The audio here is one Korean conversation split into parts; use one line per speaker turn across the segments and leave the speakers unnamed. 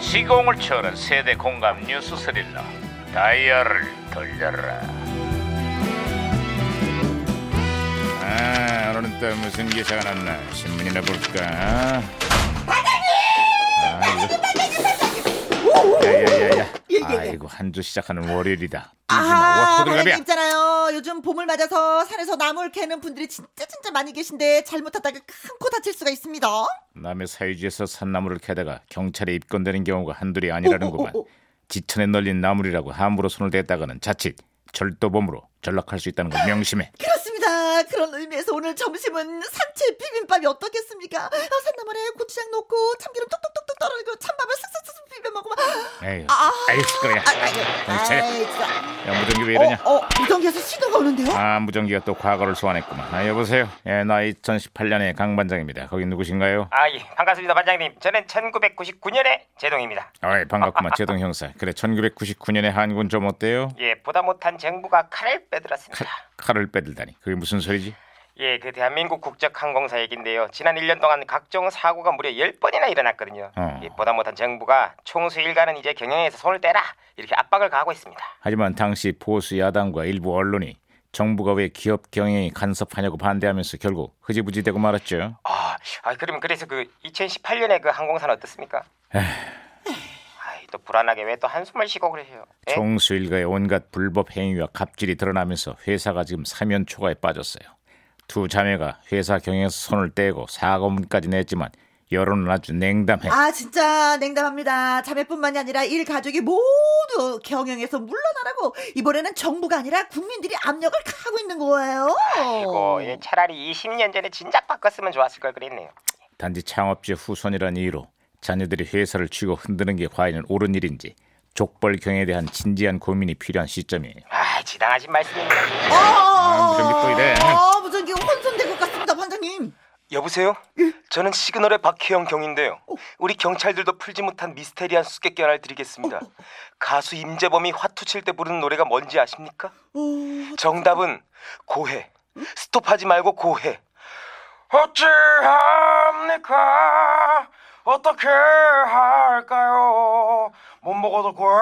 시공을 초월한 세대 공감 뉴스 스릴러 다이얼을 돌려라 아 오늘은 또 무슨 기사가 났나 신문이나 볼까 아, 야야야야 아이고 한 주 시작하는 월요일이다
아,
호들갑이야
사장님 있잖아요. 요즘 봄을 맞아서 산에서 나물 캐는 분들이 진짜 진짜 많이 계신데 잘못하다가 큰 코 다칠 수가 있습니다.
남의 사유지에서 산나물을 캐다가 경찰에 입건되는 경우가 한둘이 아니라는 거만
오오오오.
지천에 널린 나물이라고 함부로 손을 댔다가는 자칫 절도범으로 전락할 수 있다는 걸 명심해
그렇습니다. 그런 의미에서 오늘 점심은 산채 비빔밥이 어떻겠습니까? 아, 산나물에 고추장 넣고 참기름 톡톡톡톡 떨어지고 찬밥을 슥슥슥 비벼 먹으면
에휴
아,
아이 시끄러야
아, 아이,
경찰
아이, 어. 진짜.
야 무전기 왜 이러냐
어, 어, 무전기에서 신호가 오는데요?
아 무전기가 또 과거를 소환했구만 아 여보세요 예나 2018년의 강 반장입니다 거기 누구신가요
아, 예. 반갑습니다, 반장님. 저는 1999년에 제동입니다.
아이 반갑구만 제동 형사 그래 1999년의 한군 좀 어때요
예, 보다 못한 정부가 칼을 빼들었습니다.
칼을 빼들다니 그게 무슨 소리지
예, 그 대한민국 국적 항공사 얘긴데요. 지난 1년 동안 각종 사고가 무려 10번이나 일어났거든요.
어.
예, 보다 못한 정부가 총수 일가는 이제 경영에서 손을 떼라 이렇게 압박을 가하고 있습니다.
하지만 당시 보수 야당과 일부 언론이 정부가 왜 기업 경영에 간섭하냐고 반대하면서 결국 흐지부지되고 말았죠.
아, 아 그러면 그래서 그 2018년에 그 항공사는 어떻습니까? 아이, 또 불안하게 왜 또 한숨을 쉬고 그러세요? 예?
총수 일가의 온갖 불법 행위와 갑질이 드러나면서 회사가 지금 사면 초과에 빠졌어요. 두 자매가 회사 경영에서 손을 떼고 사과문까지 냈지만 여론은 아주 냉담해.
아 진짜 냉담합니다. 자매뿐만이 아니라 일 가족이 모두 경영에서 물러나라고 이번에는 정부가 아니라 국민들이 압력을 가하고 있는 거예요.
이거 예, 차라리 20년 전에 진작 바꿨으면 좋았을 걸 그랬네요.
단지 창업주의 후손이라는 이유로 자녀들이 회사를 쥐고 흔드는 게 과연 옳은 일인지 족벌 경영에 대한 진지한 고민이 필요한 시점이에요.
아, 지당하신 말씀입니다.
어,
아, 무전기 또 이래.
아, 무전기 혼선된 것 같습니다, 반장님.
여보세요? 저는 시그널의 박혜영 경인데요. 우리 경찰들도 풀지 못한 미스테리한 수수께끼 하나를 드리겠습니다. 가수 임재범이 화투 칠 때 부르는 노래가 뭔지 아십니까? 정답은 고해. 스톱하지 말고 고해. 어찌합니까? 어떻게 할까요? 못 먹어도 고해.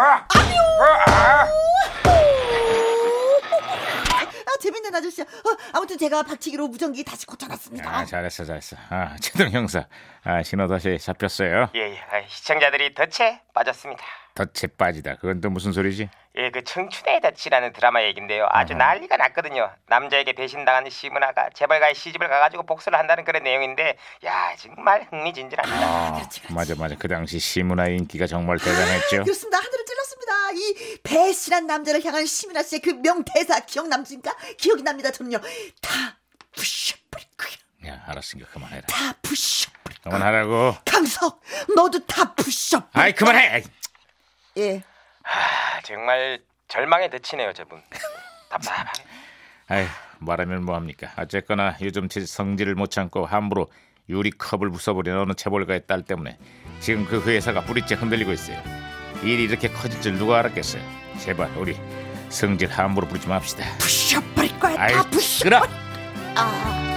아 재밌는 아저씨야. 어, 아무튼 제가 박치기로 무전기 다시 고쳐놨습니다.
아, 잘했어, 잘했어. 아, 최동 형사. 아, 신호 다시 잡혔어요.
예, 예. 아이, 시청자들이 덫에 빠졌습니다.
덫에 빠지다. 그건 또 무슨 소리지?
예, 그 청춘의 덫이라는 드라마 얘긴데요. 아주 난리가 났거든요. 남자에게 배신당한 시문화가 재벌가의 시집을 가가지고 복수를 한다는 그런 내용인데, 야 정말 흥미진진합니다.
아, 맞아, 맞아. 그 당시 시문화의 인기가 정말 대단했죠.
그렇습니다. 하늘을 찔렀습니다. 이 배신한 남자를 향한 시민아 씨의 그 명대사 기억 남십니까? 기억이 납니다. 저는요. 다 부셔버릴거야.
야, 알았으니까 그만해라.
다 부셔.
그만하라고.
강석, 너도 다 부셔.
아이, 그만해. 아이,
예.
아, 정말 절망의 덫이네요, 저분. 답답하네.
아이, 말하면 뭐 합니까? 어쨌거나 요즘 제 성질을 못 참고 함부로 유리컵을 부숴버린 어느 재벌가의 딸 때문에 지금 그 회사가 뿌리째 흔들리고 있어요. 일이 이렇게 커질 줄 누가 알았겠어요. 제발 우리 성질 함부로 부리지 맙시다.
부셔버릴 거야.
아이,
다 부셔.
그럼.
아.